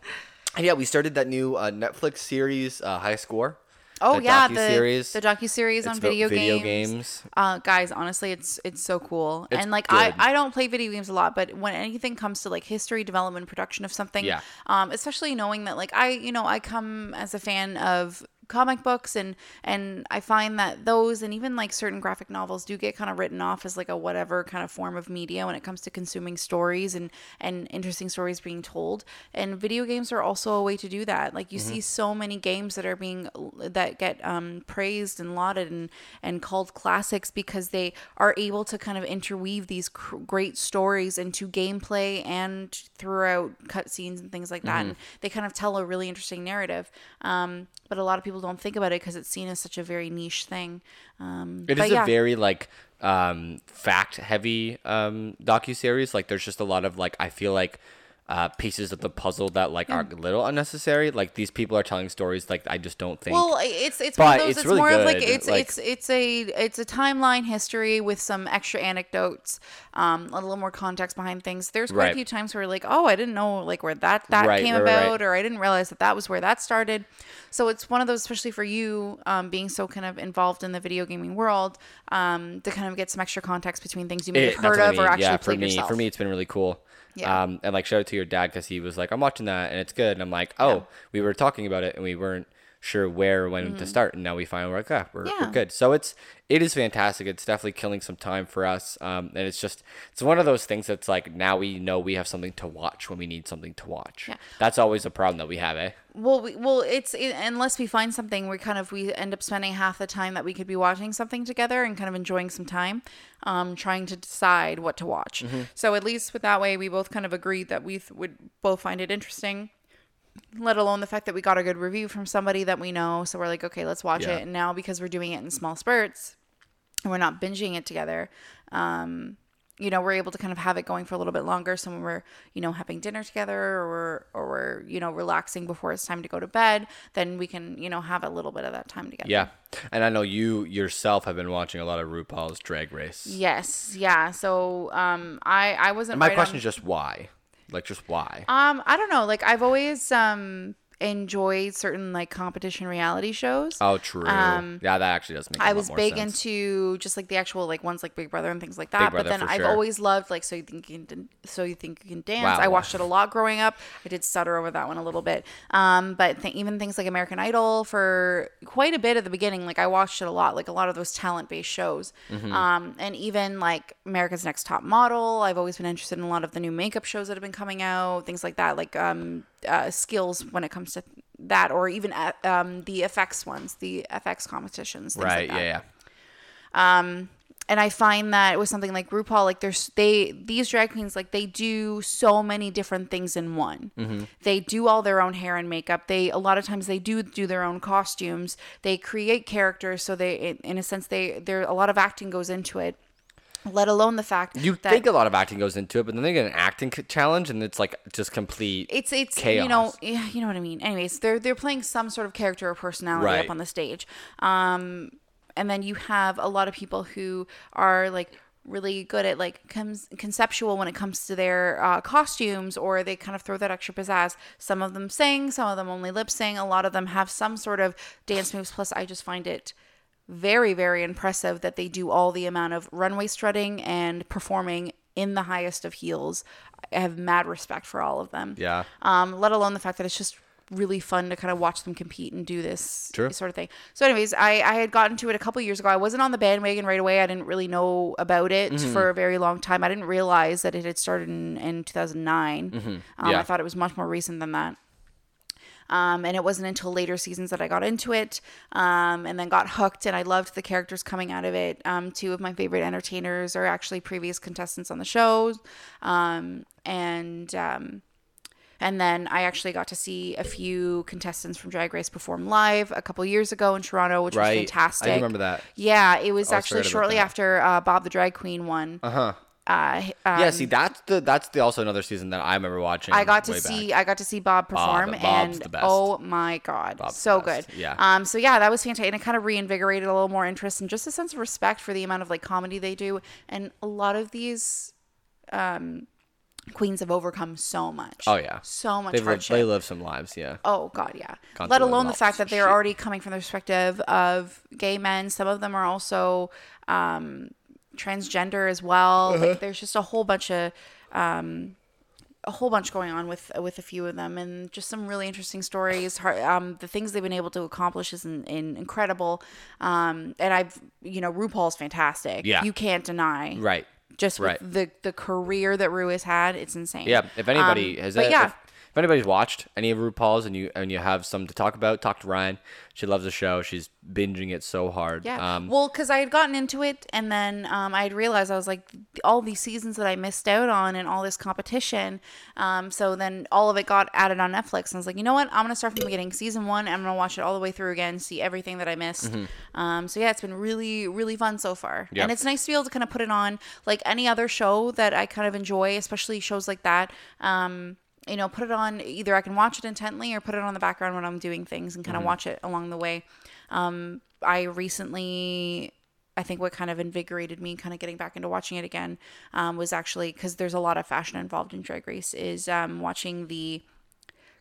A: and yeah, we started that new uh, Netflix series, uh, High Score.
B: Oh
A: the
B: yeah,
A: docuseries.
B: the the docu series on
A: about
B: video,
A: video
B: games.
A: games.
B: Uh, guys, honestly, it's it's so cool.
A: It's
B: and like
A: good.
B: I I don't play video games a lot, but when anything comes to like history, development, production of something,
A: Yeah.
B: um, especially knowing that like I you know I come as a fan of comic books and and I find that those and even like certain graphic novels do get kind of written off as like a whatever kind of form of media when it comes to consuming stories and and interesting stories being told and video games are also a way to do that like you
A: Mm-hmm.
B: see so many games that are being that get um praised and lauded and and called classics because they are able to kind of interweave these cr- great stories into gameplay and throughout cutscenes and things like that
A: Mm-hmm.
B: and they kind of tell a really interesting narrative um but a lot of people don't think about it because it's seen as such a very niche thing um
A: It
B: but
A: is
B: yeah.
A: a very like um, fact heavy um, docu series. Like there's just a lot of like I feel like uh, pieces of the puzzle that like are a little unnecessary. Like these people are telling stories like I just don't think.
B: Well, i- it's it's one
A: But
B: of those.
A: it's
B: It's,
A: really
B: more of like
A: good,
B: it's
A: like-
B: it's it's a it's a timeline history with some extra anecdotes, um, a little more context behind things. There's quite
A: Right.
B: a few times where like, oh, I didn't know like where that that
A: Right,
B: came
A: right, right, right.
B: about, or I didn't realize that that was where that started. So it's one of those, especially for you, um, being so kind of involved in the video gaming world, um, to kind of get some extra context between things you may
A: It-
B: have
A: that's
B: heard
A: what I
B: of or
A: mean.
B: actually
A: yeah, for
B: played
A: me,
B: yourself.
A: for me, it's been really cool.
B: Yeah.
A: Um, and like shout out to your dad because he was like, "I'm watching that and it's good," and I'm like, "Oh, we were talking about it and we weren't sure where or when to start, and now we finally were like, ah, we're, we're
B: Mm. Yeah.
A: good." So it's it is fantastic. It's definitely killing some time for us, um, and it's just it's one of those things that's like now we know we have something to watch when we need something to watch.
B: Yeah.
A: That's always a problem that we have, eh?
B: Well, we, well, it's it, unless we find something, we kind of we end up spending half the time that we could be watching something together and kind of enjoying some time, um, trying to decide what to watch. So at least with that way, we both kind of agreed that we th- would both find it interesting. Let alone the fact that we got a good review from somebody that we know, so we're like, okay, let's watch
A: Yeah.
B: it. And now because we're doing it in small spurts, and we're not binging it together, um, you know, we're able to kind of have it going for a little bit longer. So when we're, you know, having dinner together or or we're, you know, relaxing before it's time to go to bed, then we can, you know, have a little bit of that time together.
A: Yeah. And I know you yourself have been watching a lot of RuPaul's Drag Race.
B: Yes. Yeah. So um I I wasn't
A: My
B: right
A: question
B: on-
A: is just why, like just why.
B: um I don't know. Like I've always um enjoyed certain like competition reality shows.
A: Oh, true. yeah, that actually does make. a
B: Um, I
A: lot
B: was
A: more
B: big
A: sense.
B: into just like the actual like ones like Big Brother and things like that.
A: Brother,
B: but then
A: for
B: I've
A: sure.
B: always loved like So You Think You Can So You Think You Can Dance.
A: Wow.
B: I watched it a lot growing up. I did stutter over that one a little bit. Um, but th- even things like American Idol for quite a bit at the beginning, like I watched it a lot. Like a lot of those talent based shows,
A: Mm-hmm.
B: um, and even like America's Next Top Model. I've always been interested in a lot of the new makeup shows that have been coming out, things like that. Like um, uh, skills when it comes to that, or even uh, um, the FX ones, the FX competitions, things
A: right
B: like that
A: yeah, yeah
B: and I find that with something like RuPaul, like there's they these drag queens like they do so many different things in one.
A: Mm-hmm.
B: They do all their own hair and makeup. They a lot of times they do do their own costumes. They create characters, so they in, in a sense they there a lot of acting goes into it. Let alone the fact
A: you
B: that
A: think a lot of acting goes into it but then they get an acting c- challenge and it's like just complete
B: it's it's
A: chaos.
B: you know yeah, you know what I mean. Anyways, they're they're playing some sort of character or personality
A: Right.
B: up on the stage. Um, and then you have a lot of people who are like really good at like comes conceptual when it comes to their uh, costumes or they kind of throw that extra pizzazz some of them sing some of them only lip sing a lot of them have some sort of dance moves plus i just find it very very impressive that they do all the amount of runway strutting and performing in the highest of heels i have mad respect for all of them
A: yeah
B: um, let alone the fact that it's just really fun to kind of watch them compete and do this
A: Sure.
B: sort of thing. So, anyways, I, I had gotten to it a couple years ago. I wasn't on the bandwagon right away. I didn't really know about it
A: Mm-hmm.
B: for a very long time. I didn't realize that it had started in, in 2009. Um,
A: Mm-hmm. Yeah.
B: I thought it was much more recent than that. Um, and it wasn't until later seasons that I got into it um, and then got hooked. And I loved the characters coming out of it. Um, two of my favorite entertainers are actually previous contestants on the shows. Um, and. Um, and then I actually got to see a few contestants from Drag Race perform live a couple years ago in Toronto, which
A: Right. I
B: was fantastic.
A: remember that.
B: Yeah, it was actually
A: forgot about
B: shortly
A: that.
B: after uh, Bob the Drag Queen won. Uh-huh. Uh h- um,
A: yeah, see, that's the that's the also another season that I remember watching.
B: I got to
A: way back.
B: see I got to see Bob perform
A: Bob's the
B: and
A: best.
B: oh my god,
A: Bob's
B: so
A: the best,
B: good.
A: yeah.
B: Um so yeah, that was fantastic and it kind of reinvigorated a little more interest and just a sense of respect for the amount of like comedy they do and a lot of these um queens have overcome so much.
A: Oh yeah,
B: So much
A: They've lived,
B: hardship.
A: they live some lives. Yeah,
B: Oh God, yeah.
A: Gone
B: Let
A: through
B: alone the
A: lots
B: fact
A: of
B: that they're
A: shit.
B: already coming from the perspective of gay men. Some of them are also um, transgender as well.
A: Uh-huh.
B: Like, there's just a whole bunch of um, a whole bunch going on with with a few of them, and just some really interesting stories. Har- Um, the things they've been able to accomplish is in, in incredible. Um, and I've you know RuPaul's fantastic.
A: Yeah.
B: you can't deny
A: right.
B: Just with
A: Right.
B: the the career that Ru has had, it's insane.
A: Yeah, if anybody
B: Um,
A: has,
B: but
A: it-
B: yeah.
A: if, if anybody's watched any of RuPaul's and you and you have some to talk about, talk to Ryan. She loves the show. She's binging it so hard.
B: Yeah.
A: Um,
B: well, because I had gotten into it, and then um, I had realized I was like all these seasons that I missed out on, and all this competition. Um, so then all of it got added on Netflix, and I was like, you know what? I'm gonna start from the beginning, season one. and I'm gonna watch it all the way through again, see everything that I missed. Um, so yeah, it's been really, really fun so far,
A: Mm-hmm. Yeah.
B: and it's nice to be able to kind of put it on like any other show that I kind of enjoy, especially shows like that. Um, you know, put it on either I can watch it intently or put it on the background when I'm doing things and kind
A: Mm-hmm.
B: of watch it along the way. I recently, I think what kind of invigorated me, kind of getting back into watching it again, um, was actually because there's a lot of fashion involved in Drag Race, is um, watching the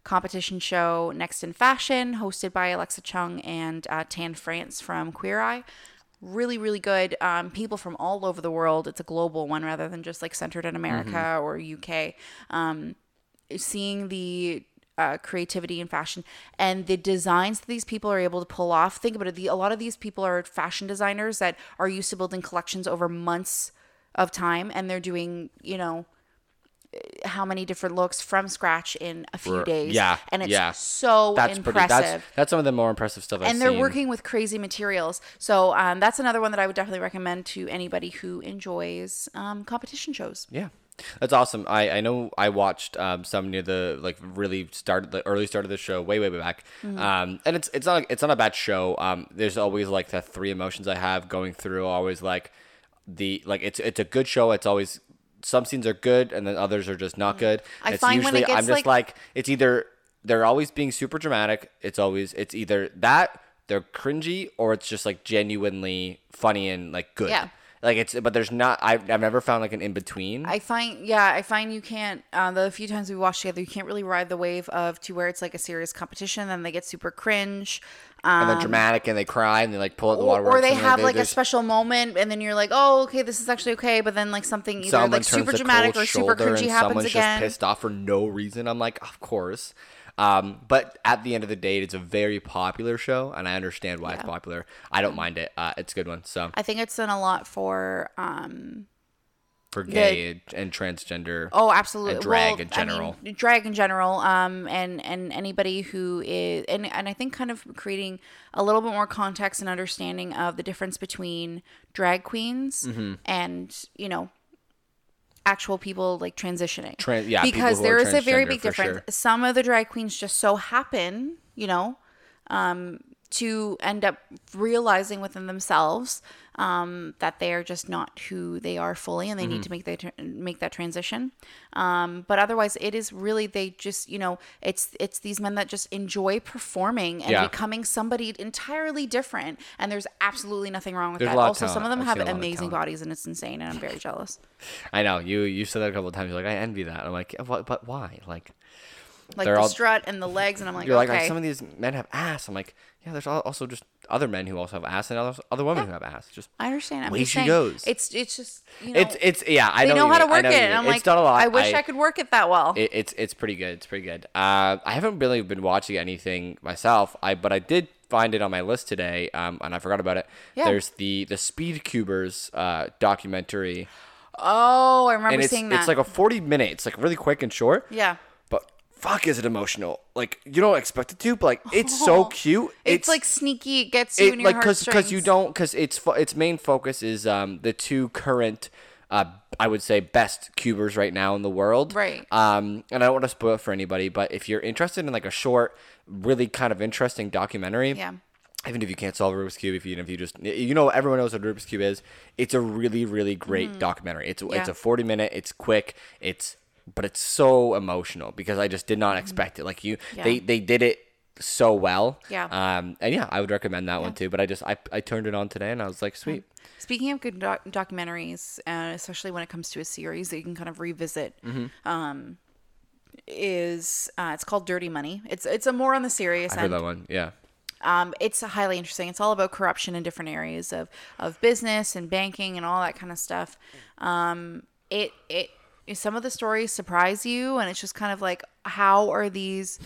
B: competition show Next in Fashion, hosted by Alexa Chung and uh, Tan France from Queer Eye. Really, really good. Um, people from all over the world. It's a global one rather than just like centered in America
A: Mm-hmm.
B: or UK. Um, seeing the uh, creativity and fashion and the designs that these people are able to pull off. Think about it. The, a lot of these people are fashion designers that are used to building collections over months of time, and they're doing, you know, how many different looks from scratch in a few
A: Right.
B: days.
A: Yeah,
B: and it's
A: yeah.
B: so
A: that's
B: impressive
A: pretty. That's that's some of the more impressive stuff I've
B: and they're
A: seen.
B: working with crazy materials. So um, that's another one that I would definitely recommend to anybody who enjoys um, competition shows.
A: Yeah, that's awesome. I I know I watched um, some near the like really start the early start of the show way way way back.
B: Mm-hmm.
A: Um, and it's it's not it's not a bad show. Um, there's always like the three emotions I have going through. Always like the like it's it's a good show. It's always some scenes are good and then others are just not good.
B: Mm-hmm. I
A: it's
B: find when it
A: usually I'm
B: gets,
A: just
B: like-
A: like it's either they're always being super dramatic. It's always it's either that they're cringy or it's just like genuinely funny and like good.
B: Yeah.
A: Like it's but there's not I've, I've never found like an in between.
B: I find, yeah, I find you can't, uh, the few times we watched together, you can't really ride the wave of to where it's like a serious competition, then they get super cringe. Um,
A: and they're dramatic and they cry and they like pull out the
B: or,
A: waterworks.
B: or they
A: and
B: have like a
A: there's-
B: special moment, and then you're like, "Oh, okay, this is actually okay," but then like something either
A: someone
B: like
A: turns
B: super
A: the
B: dramatic
A: cold
B: or super
A: shoulder
B: cringy
A: and
B: happens
A: someone's
B: again.
A: just pissed off for no reason. I'm like, of course. Um, but at the end of the day, it's a very popular show, and I understand why it's popular. I don't mind it. Uh, it's a good one. So
B: I think it's done a lot for um,
A: for gay and, and transgender,
B: Oh, absolutely.
A: drag
B: Well,
A: in
B: I mean,
A: general.
B: drag in general. Um, and and anybody who is and and I think kind of creating a little bit more context and understanding of the difference between drag queens
A: Mm-hmm.
B: and you know actual people like transitioning.
A: Tran- yeah, people
B: because
A: who are
B: there is a very
A: transgender,
B: big
A: for
B: difference.
A: sure.
B: Some of the drag queens just so happen, you know, um, to end up realizing within themselves um, that they are just not who they are fully, and they
A: Mm-hmm.
B: need to make that tr- make that transition. Um, but otherwise, it is really they just you know it's it's these men that just enjoy performing and
A: Yeah.
B: becoming somebody entirely different, and there's absolutely nothing wrong with
A: There's a
B: that.
A: lot of
B: Also, some of
A: talent.
B: them
A: I've
B: have
A: seen a lot of
B: amazing
A: talent.
B: bodies, and it's insane, and I'm very jealous.
A: I know you. You said that a couple of times. You're like, I envy that. I'm like, what, but why? Like,
B: like
A: They're
B: the
A: all-
B: strut and the legs, and I'm like,
A: You're like,
B: okay,
A: like, some of these men have ass. I'm like, yeah, there's al- also just other men who also have ass and other, other women who have ass. Just
B: I understand. I'm
A: way
B: just
A: she
B: saying,
A: goes.
B: It's it's just you know,
A: it's it's yeah. I
B: they
A: know,
B: know,
A: what
B: how
A: you mean. I
B: to work
A: know
B: it,
A: what you
B: and
A: mean.
B: I'm
A: it's
B: like,
A: done a lot.
B: I wish I, could work it that well.
A: It, it's it's pretty good. It's pretty good. Uh, I haven't really been watching anything myself. I but I did find it on my list today. Um, and I forgot about it.
B: Yeah.
A: There's the the Speed Cubers uh documentary,
B: oh, I remember
A: and it's
B: seeing that.
A: it's like a 40 minute. It's like really quick and short.
B: yeah.
A: But fuck, is it emotional? Like you don't expect it to, but like it's so cute.
B: It's, like sneaky. It gets you in
A: it,
B: your
A: like because because you
B: heartstrings.
A: don't because its fo- its main focus is um the two current uh I would say best cubers right now in the world
B: Right.
A: um and I don't want to spoil it for anybody but if you're interested in like a short really kind of interesting documentary
B: Yeah.
A: even if you can't solve a Rubik's cube if you if you just you know everyone knows what a Rubik's cube is it's a really really great documentary it's it's
B: Mm-hmm. Yeah.
A: a 40 minute it's quick it's but it's so emotional because I just did
B: Mm-hmm.
A: not expect it like you they they did it so well
B: Yeah.
A: um, and yeah, I would recommend that one too. But I just I, I turned it on today and I was like, sweet.
B: Speaking of good doc- documentaries, uh, especially when it comes to a series that you can kind of revisit, um,
A: Mm-hmm.
B: is uh, it's called Dirty Money. It's it's a more on the serious
A: I heard
B: end.
A: that one. Yeah.
B: Um, it's highly interesting. It's all about corruption in different areas of of business and banking and all that kind of stuff. Um, it it some of the stories surprise you, and it's just kind of like how are these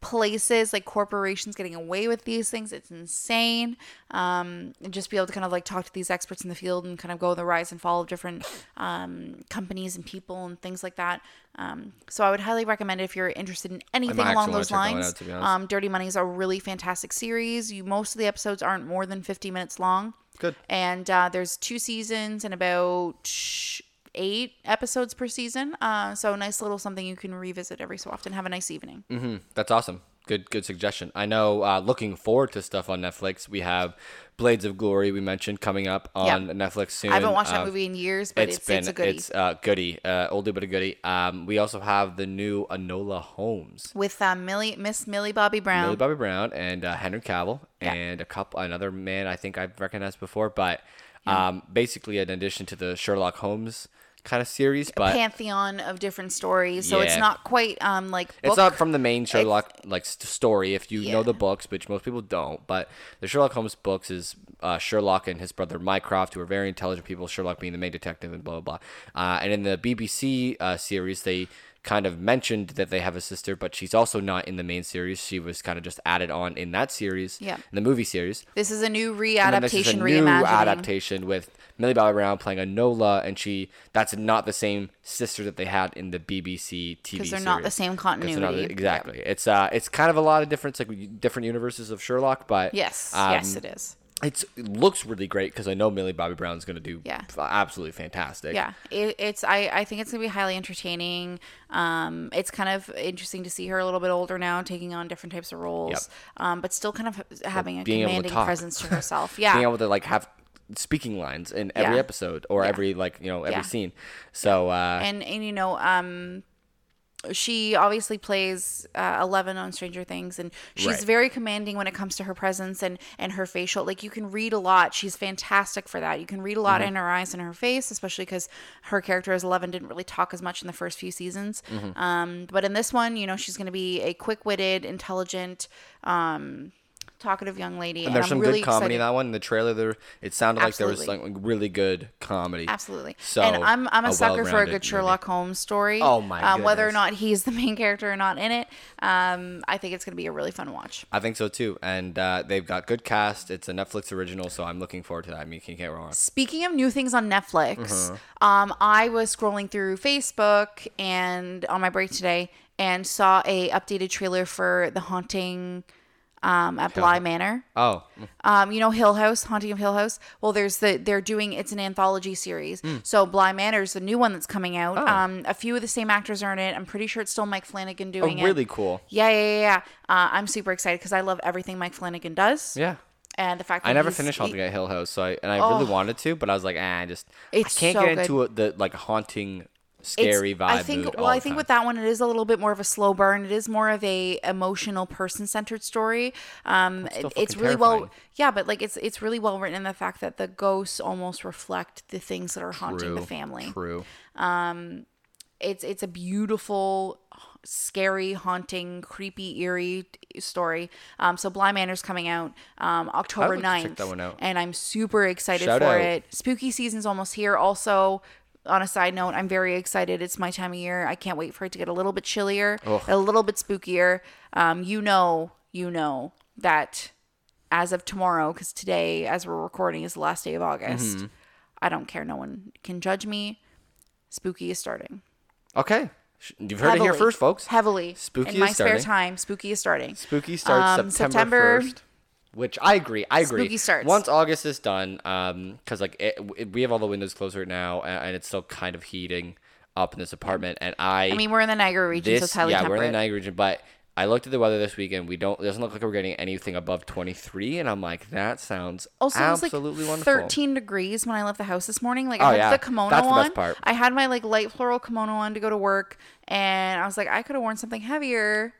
B: places like corporations getting away with these things it's insane um, and just be able to kind of like talk to these experts in the field and kind of go the rise and fall of different um, companies and people and things like that um, so i would highly recommend it if you're interested in anything
A: actually
B: along
A: wanna
B: those
A: check that one
B: lines
A: out, to be honest.
B: um, dirty money is a really fantastic series you most of the episodes aren't more than 50 minutes long
A: Good.
B: and uh, there's two seasons and about eight episodes per season uh, so nice little something you can revisit every so often have a nice evening
A: Mm-hmm. That's awesome. Good good suggestion. I know uh, looking forward to stuff on Netflix. We have Blades of Glory we mentioned coming up on
B: Yeah.
A: Netflix soon.
B: I haven't watched
A: Uh,
B: that movie in years, but it's, it's,
A: been
B: a goodie.
A: it's uh goodie. Uh oldie but a goodie. Um we also have the new Anola Holmes.
B: with uh, Millie, Miss Millie Bobby Brown.
A: Millie Bobby Brown and uh, Henry Cavill
B: Yeah.
A: and a couple another man I think I've recognized before, but um basically in addition to the Sherlock Holmes kind of series, but
B: Pantheon of different stories, so it's
A: uh, Yeah.
B: not quite um like book.
A: It's not from the main Sherlock like st- story if you know
B: Yeah.
A: the books, which most people don't. But the Sherlock Holmes books is uh, Sherlock and his brother Mycroft, who are very intelligent people. Sherlock being the main detective and blah blah blah. Uh, and in the BBC uh, series, they kind of mentioned that they have a sister, but she's also not in the main series. She was kind of just added on in that series,
B: Yeah.
A: in the movie series.
B: this is a new
A: And this is a
B: readaptation,
A: new
B: reimagining.
A: adaptation with Millie Bobby Brown playing Anola, and she—that's not the same sister that they had in the BBC TV. Because
B: they're not the same continuity. Yeah.
A: exactly. It's uh, it's kind of a lot of difference, like different universes of Sherlock, but
B: Yes,
A: um,
B: yes, it is.
A: it's it looks really great because I know Millie Bobby Brown's gonna do
B: Yeah.
A: f- absolutely fantastic.
B: Yeah, it, it's I, I think it's gonna be highly entertaining. Um, it's kind of interesting to see her a little bit older now, taking on different types of roles,
A: Yep.
B: um, but still kind of having a
A: being able to
B: commanding
A: talk.
B: presence to herself. Yeah,
A: being able to like have speaking lines in every
B: Yeah.
A: episode or every like you know every
B: Yeah.
A: scene. So uh,
B: and and you know um she obviously plays uh, Eleven on Stranger Things, and she's
A: Right.
B: very commanding when it comes to her presence and and her facial. Like you can read a lot. She's fantastic for that. You can read a
A: Mm-hmm.
B: lot in her eyes and her face, especially because her character as Eleven didn't really talk as much in the first few seasons.
A: Mm-hmm.
B: Um, but in this one, you know, she's going to be a quick witted, intelligent, um, talkative young lady.
A: and there's some good comedy in
B: excited.
A: that one. In the trailer, there it sounded like there was
B: Absolutely.
A: like really good comedy.
B: Absolutely.
A: So,
B: and I'm I'm a,
A: a
B: sucker for a
A: well-rounded
B: good
A: movie.
B: Sherlock Holmes story.
A: Oh my
B: Um, whether or
A: goodness.
B: not he's the main character or not in it, um, I think it's gonna be a really fun watch.
A: I think so too, and uh, they've got good cast. It's a Netflix original, so I'm looking forward to that. I mean, you can't go wrong.
B: Speaking of new things on Netflix,
A: Uh-huh.
B: um, I was scrolling through Facebook and on my break today and saw a updated trailer for The Haunting um, at Bly Manor.
A: Oh,
B: Um, you know Hill House, Haunting of Hill House. Well, there's the they're doing it's an anthology series.
A: Hmm.
B: So Bly Manor's the new one that's coming out.
A: Oh.
B: Um, a few of the same actors are in it. I'm pretty sure it's still Mike Flanagan doing it.
A: Oh, really cool.
B: Yeah, yeah, yeah. yeah. Uh, I'm super excited because I love everything Mike Flanagan does.
A: Yeah.
B: And the fact that
A: I never
B: he's-
A: finished
B: he-
A: Haunting at Hill House, so I and I really wanted to, but I was like, ah, I just
B: It's
A: I can't
B: so
A: get into a, the like haunting,
B: it's-
A: scary vibe.
B: I think.
A: mood
B: well,
A: all
B: I
A: the
B: think
A: time.
B: with that one, it is a little bit more of a slow burn. It is more of a emotional, person centered story. Um,
A: still
B: it's
A: fucking
B: really well,
A: terrifying.
B: yeah, but like it's it's really well written in the fact that the ghosts almost reflect the things that are haunting the
A: True,
B: family.
A: True.
B: it's it's a beautiful scary haunting creepy eerie t- story um so blind manor's coming out um october
A: like to
B: 9th
A: check that one out.
B: and i'm super excited
A: Shout
B: for
A: out.
B: it spooky season's almost here also on a side note i'm very excited it's my time of year i can't wait for it to get a little bit chillier a little bit spookier um you know you know that as of tomorrow, because today, as we're recording, is the last day of August.
A: Mm-hmm.
B: I don't care. No one can judge me. Spooky is starting.
A: Okay. Sh- You've heard it here
B: Heavily.
A: first, folks.
B: Heavily.
A: Spooky
B: In
A: is
B: my spare
A: starting.
B: time, spooky is starting.
A: Spooky starts
B: Um,
A: September
B: September-
A: 1st. Which I agree. I agree.
B: Spooky starts.
A: Once August is done, um, because like it, it- we have all the windows closed right now, a- and, it's still kind of heating up in this apartment. And I,
B: I mean, we're in the Niagara region, so
A: this
B: it's highly
A: yeah,
B: temperate.
A: we're in the Niagara region, but I looked at the weather this weekend. We don't. It doesn't look like we're getting anything above 23, and I'm like, that sounds
B: also, it was like
A: absolutely wonderful.
B: 13 degrees when I left the house this morning. Like,
A: Oh,
B: I had
A: yeah.
B: the kimono
A: That's the
B: on.
A: best part.
B: I had my like light floral kimono on to go to work, and I was like, I could have worn something heavier.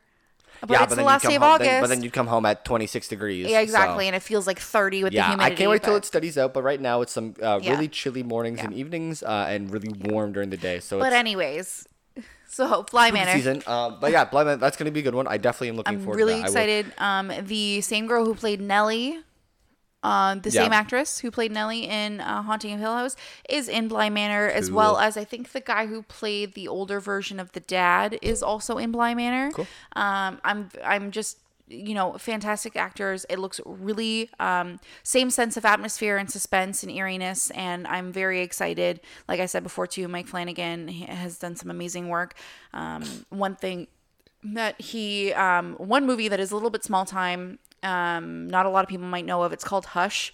B: But
A: yeah,
B: it's
A: but
B: the
A: then
B: last
A: you come
B: day of
A: home,
B: August.
A: Then, but then you come home at 26 degrees.
B: yeah, exactly.
A: so-
B: And it feels like 30 with the
A: Yeah, I
B: humidity.
A: can't wait till it
B: but-
A: studies out. But right now, it's some uh,
B: Yeah.
A: really chilly mornings and evenings, uh, and really warm during the day. So
B: But
A: it's
B: anyways, so Fly
A: spooky
B: Manor.
A: season. Uh, but yeah, Blind Man, that's gonna be a good one. I definitely am looking
B: I'm
A: forward.
B: really
A: to that.
B: excited. Um, the same girl who played Nellie, uh, the
A: Yeah.
B: same actress who played Nellie in uh, Haunting of Hill House, is in Bly Manor, as well
A: Cool.
B: as I think the guy who played the older version of the dad is also in Bly Manor.
A: Cool.
B: Um, I'm I'm just you know fantastic actors. It looks really um, same sense of atmosphere and suspense and eeriness, and I'm very excited. Like I said before, too, Mike Flanagan h- has done some amazing work. Um, one thing that he um one movie that is a little bit small time um not a lot of people might know of it's called hush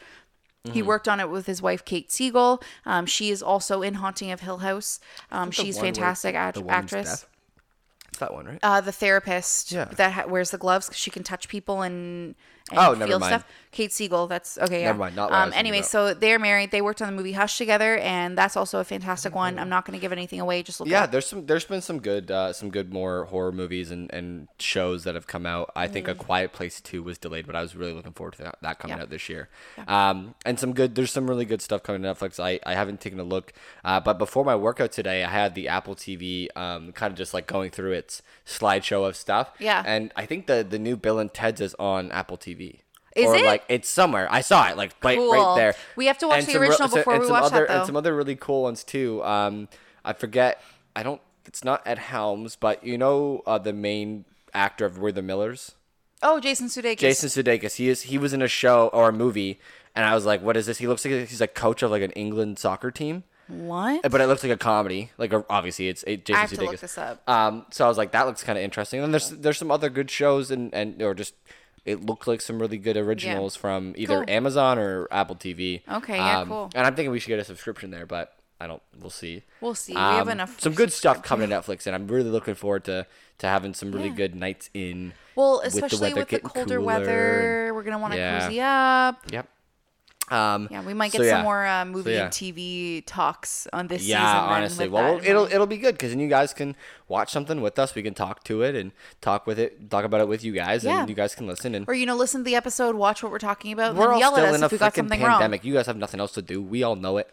A: Mm-hmm.
B: he worked on it with his wife kate siegel um she is also in haunting of hill house um
A: The
B: she's
A: one where
B: fantastic act-
A: the woman's
B: actress
A: death. It's that one, right?
B: uh, the therapist
A: Yeah.
B: that ha- wears the gloves 'cause she can touch people and, and
A: Oh, never
B: feel
A: mind.
B: stuff. Kate Siegel, that's okay. Yeah.
A: Never mind, not what I
B: um,
A: was thinking
B: anyway,
A: about.
B: so they're married. They worked on the movie Hush together, and that's also a fantastic one. I'm not going to give anything away. Just look. it
A: yeah,
B: up.
A: there's some there's been some good uh, some good more horror movies and, and shows that have come out. I think A Quiet Place Two was delayed, but I was really looking forward to that, that coming
B: Mm. Yeah.
A: out this year. Um, and some good there's some really good stuff coming to Netflix. I, I haven't taken a look, uh, but before my workout today, I had the Apple TV um, kind of just like going through its slideshow of stuff.
B: Yeah.
A: and I think the the new Bill and Ted's is on Apple TV.
B: Is
A: or
B: it?
A: like it's somewhere. I saw it like right, right
B: Cool.
A: there.
B: We have to watch
A: And
B: the
A: some re-
B: original
A: so-
B: before
A: and
B: we
A: some
B: watch
A: other,
B: that,
A: and
B: though.
A: some other really cool ones too. Um, I forget. I don't. It's not Ed Helms, but you know uh, the main actor of We're the Millers,
B: Oh, Jason Sudeikis.
A: Jason Sudeikis. He is. He was in a show or a movie, and I was like, "What is this?" He looks like he's a coach of like an England soccer team,
B: What?
A: but it looks like a comedy. Like a- obviously, it's it, Jason
B: I have to
A: Sudeikis.
B: look this up.
A: Um, so I was like, "That looks kind of interesting." And there's there's some other good shows and and or just. It looked like some really good originals from either
B: Cool.
A: Amazon or Apple TV.
B: Okay, yeah, cool.
A: And I'm thinking we should get a subscription there, but I don't. We'll see.
B: We'll see. we have
A: Um,
B: enough.
A: Some good stuff coming to Netflix, and I'm really looking forward to to having some really
B: Yeah.
A: good nights in.
B: Well, especially with the,
A: getting
B: colder
A: cooler and-
B: weather, we're gonna want to
A: Yeah.
B: cozy up.
A: Yep. Um,
B: Yeah, we might
A: so
B: get some more uh, movie
A: yeah.
B: and TV talks on this
A: Yeah,
B: season. then
A: honestly,
B: with
A: well,
B: that.
A: it'll it'll be good because then you guys can watch something with us. We can talk to it and talk with it, talk about it with you guys,
B: Yeah.
A: and you guys can listen. And
B: or you know, listen to the episode, watch what we're talking about, and
A: we're
B: then
A: all
B: yell at
A: still
B: us
A: in a
B: if we got
A: freaking
B: something
A: pandemic.
B: wrong.
A: You guys have nothing else to do. We all know it.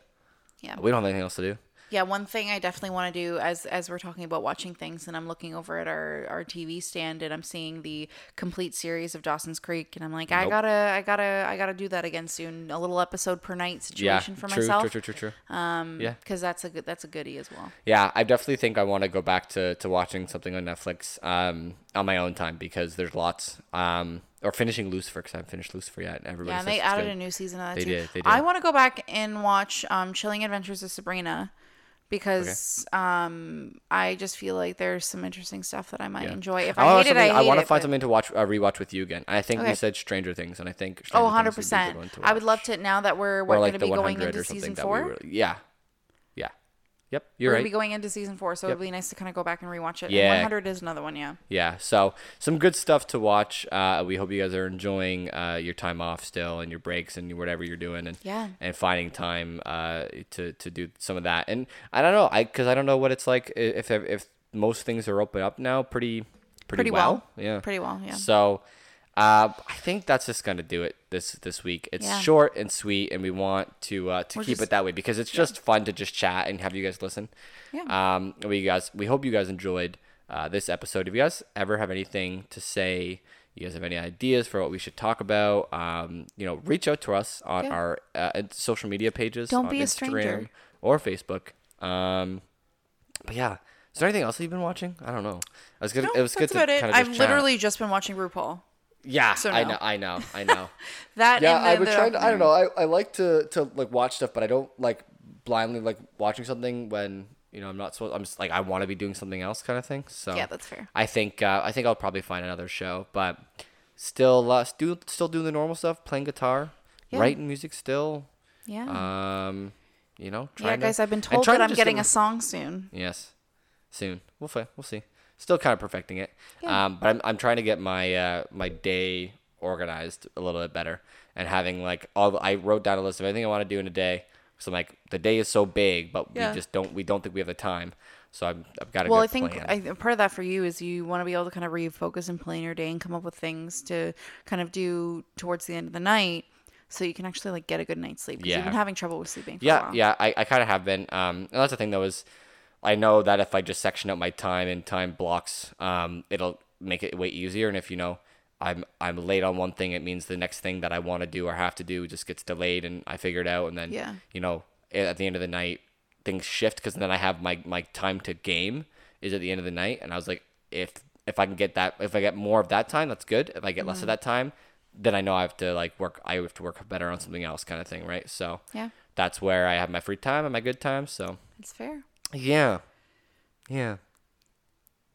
B: Yeah,
A: We don't have anything else to do.
B: yeah. One thing I definitely want to do as as we're talking about watching things, and I'm looking over at our our TV stand, and I'm seeing the complete series of Dawson's Creek, and I'm like, I
A: Nope.
B: gotta, I gotta, I gotta do that again soon. A little episode per night
A: Yeah,
B: situation
A: true,
B: for
A: true,
B: myself.
A: true, true, true. Um, yeah.
B: Because that's a good, that's a goodie as well.
A: Yeah, I definitely think I want to go back to, to watching something on Netflix um, on my own time because there's lots. Um, or finishing Lucifer because I haven't finished Lucifer yet. And everybody
B: Yeah,
A: says
B: and they
A: it's
B: added
A: good.
B: a new season of that
A: They
B: too.
A: did, they
B: I
A: did.
B: want to go back and watch um, Chilling Adventures of Sabrina because um, I just feel like there's some interesting stuff that I might enjoy. If I
A: want
B: hate it, I hate
A: something- Oh, I want
B: it,
A: to find
B: but-
A: something to watch, uh, rewatch with you again. I think we
B: Okay.
A: said Stranger Things, and I think
B: Oh,
A: Stranger
B: 100
A: Things would be a good
B: percent.
A: one to
B: I would
A: watch.
B: love to now that we're we're
A: Or like
B: going
A: the
B: to be going
A: 100
B: into
A: or something
B: season
A: that we
B: four.
A: were. Yeah, yeah, yep. You're
B: We're
A: right.
B: gonna be going into season four, so it'd be nice to kind of go back and rewatch it.
A: Yeah.
B: Yeah, 100 is another one. Yeah.
A: yeah so some good stuff to watch uh, we hope you guys are enjoying uh, your time off still and your breaks and whatever you're doing and
B: Yeah.
A: and finding time uh, to to do some of that and i don't know i because i don't know what it's like i- if if most things are open up now pretty pretty,
B: Pretty well.
A: yeah
B: Pretty well. Yeah.
A: so Uh, I think that's just gonna do it this this week. It's
B: Yeah.
A: short and sweet, and we want to uh, to
B: We're
A: keep
B: just-
A: it that way because it's just fun to just chat and have you guys listen.
B: Yeah.
A: Um, we guys, we hope you guys enjoyed uh, this episode. If you guys ever have anything to say, you guys have any ideas for what we should talk about, um, you know, reach out to us on
B: Yeah.
A: our uh, ins- social media pages.
B: Don't
A: on
B: be a
A: Instagram
B: stranger.
A: or Facebook. Um, but yeah, is there anything else that you've been watching? I don't know. I was gonna.
B: No,
A: it was good
B: that's
A: to
B: about it.
A: kind of
B: I've literally just been watching RuPaul.
A: Yeah,
B: So
A: I
B: no.
A: know, I know, I know.
B: That
A: yeah,
B: and the,
A: I would
B: the-
A: try. To, I don't
B: mm.
A: know. I, I like to to like watch stuff, but I don't like blindly like watching something when you know I'm not supposed. I'm just like I want to be doing something else, kind of thing. So
B: Yeah, that's fair.
A: I think uh, I think I'll probably find another show, but still, uh, still still doing the normal stuff, playing guitar,
B: Yeah.
A: writing music, still.
B: Yeah.
A: Um, you know,
B: yeah,
A: trying to-
B: guys, I've been
A: and
B: told
A: trying
B: that
A: to
B: I'm
A: just
B: getting
A: get-
B: a song soon.
A: Yes, soon. We'll fi- we'll see. Still kind of perfecting it. Um, but I'm I'm trying to get my uh my day organized a little bit better and having like all the, I wrote down a list of everything I want to do in a day. So I'm like the day is so big, but
B: Yeah.
A: we just don't we don't think we have the time. So I'm, I've got to.
B: Well, I think I, part of that for you is you want to be able to kind of refocus and plan your day and come up with things to kind of do towards the end of the night so you can actually like get a good night's sleep. 'cause
A: Yeah.
B: You've been having trouble with sleeping. For a
A: Yeah,
B: while.
A: yeah, I, I kind of have been. Um, and that's the thing though is, I know that if I just section up my time and time blocks, um, it'll make it way easier. And if you know, I'm I'm late on one thing, it means the next thing that I want to do or have to do just gets delayed, and I figure it out. And then
B: Yeah.
A: you know, a- at the end of the night, things shift because then I have my my time to game is at the end of the night, and I was like, if if I can get that, if I get more of that time, that's good. If I get
B: Mm-hmm.
A: less of that time, then I know I have to like work. I have to work better on something else, kind of thing, right? So
B: Yeah.
A: that's where I have my free time and my good time. So
B: It's fair.
A: yeah, yeah.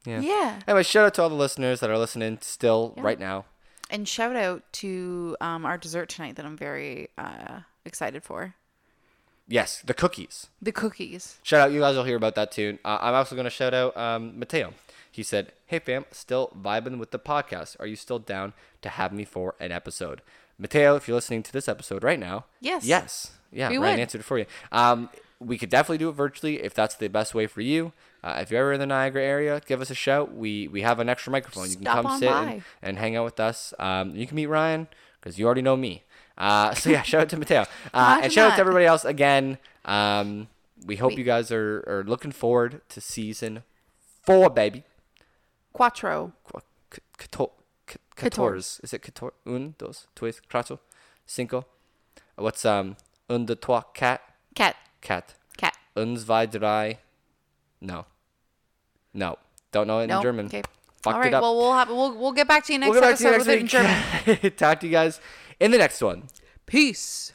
A: Yeah.
B: Yeah.
A: Anyway, shout out to all the listeners that are listening still right now.
B: And shout out to um, our dessert tonight that I'm very uh, excited for
A: Yes, the cookies.
B: the cookies.
A: Shout out, you guys will hear about that too. Uh, I'm also going to shout out um, Mateo. He said, Hey fam, still vibing with the podcast. Are you still down to have me for an episode? Mateo, if you're listening to this episode right now,
B: Yes.
A: Yes. Yeah,
B: We
A: Ryan
B: would.
A: answered it for you. Um, we could definitely do it virtually if that's the best way for you. Uh, if you're ever in the Niagara area, give us a shout. We we have an extra microphone. You can
B: Stop
A: come
B: on
A: sit
B: by.
A: and, and hang out with us. Um, you can meet Ryan because you already know me. Uh, so yeah, shout out to Mateo. Uh,
B: Imagine
A: and shout out
B: that.
A: to everybody else again. Um, we hope you guys are, are looking forward to season four, baby.
B: Quattro.
A: Qu- c- cator- c- Catorze. Is it cator? Un, dos, tres, cuatro, cinco. What's um un, deux, trois, quatre,
B: Cat.
A: cat.
B: Cat.
A: Un, zwei, drei. No. No. Don't know it
B: No.
A: in German.
B: Okay.
A: Fucked
B: All right.
A: it up.
B: Well, we'll have we'll we'll get back to you next
A: we'll get back to
B: episode
A: you
B: with it in German.
A: next week. Talk to you guys in the next one.
B: Peace.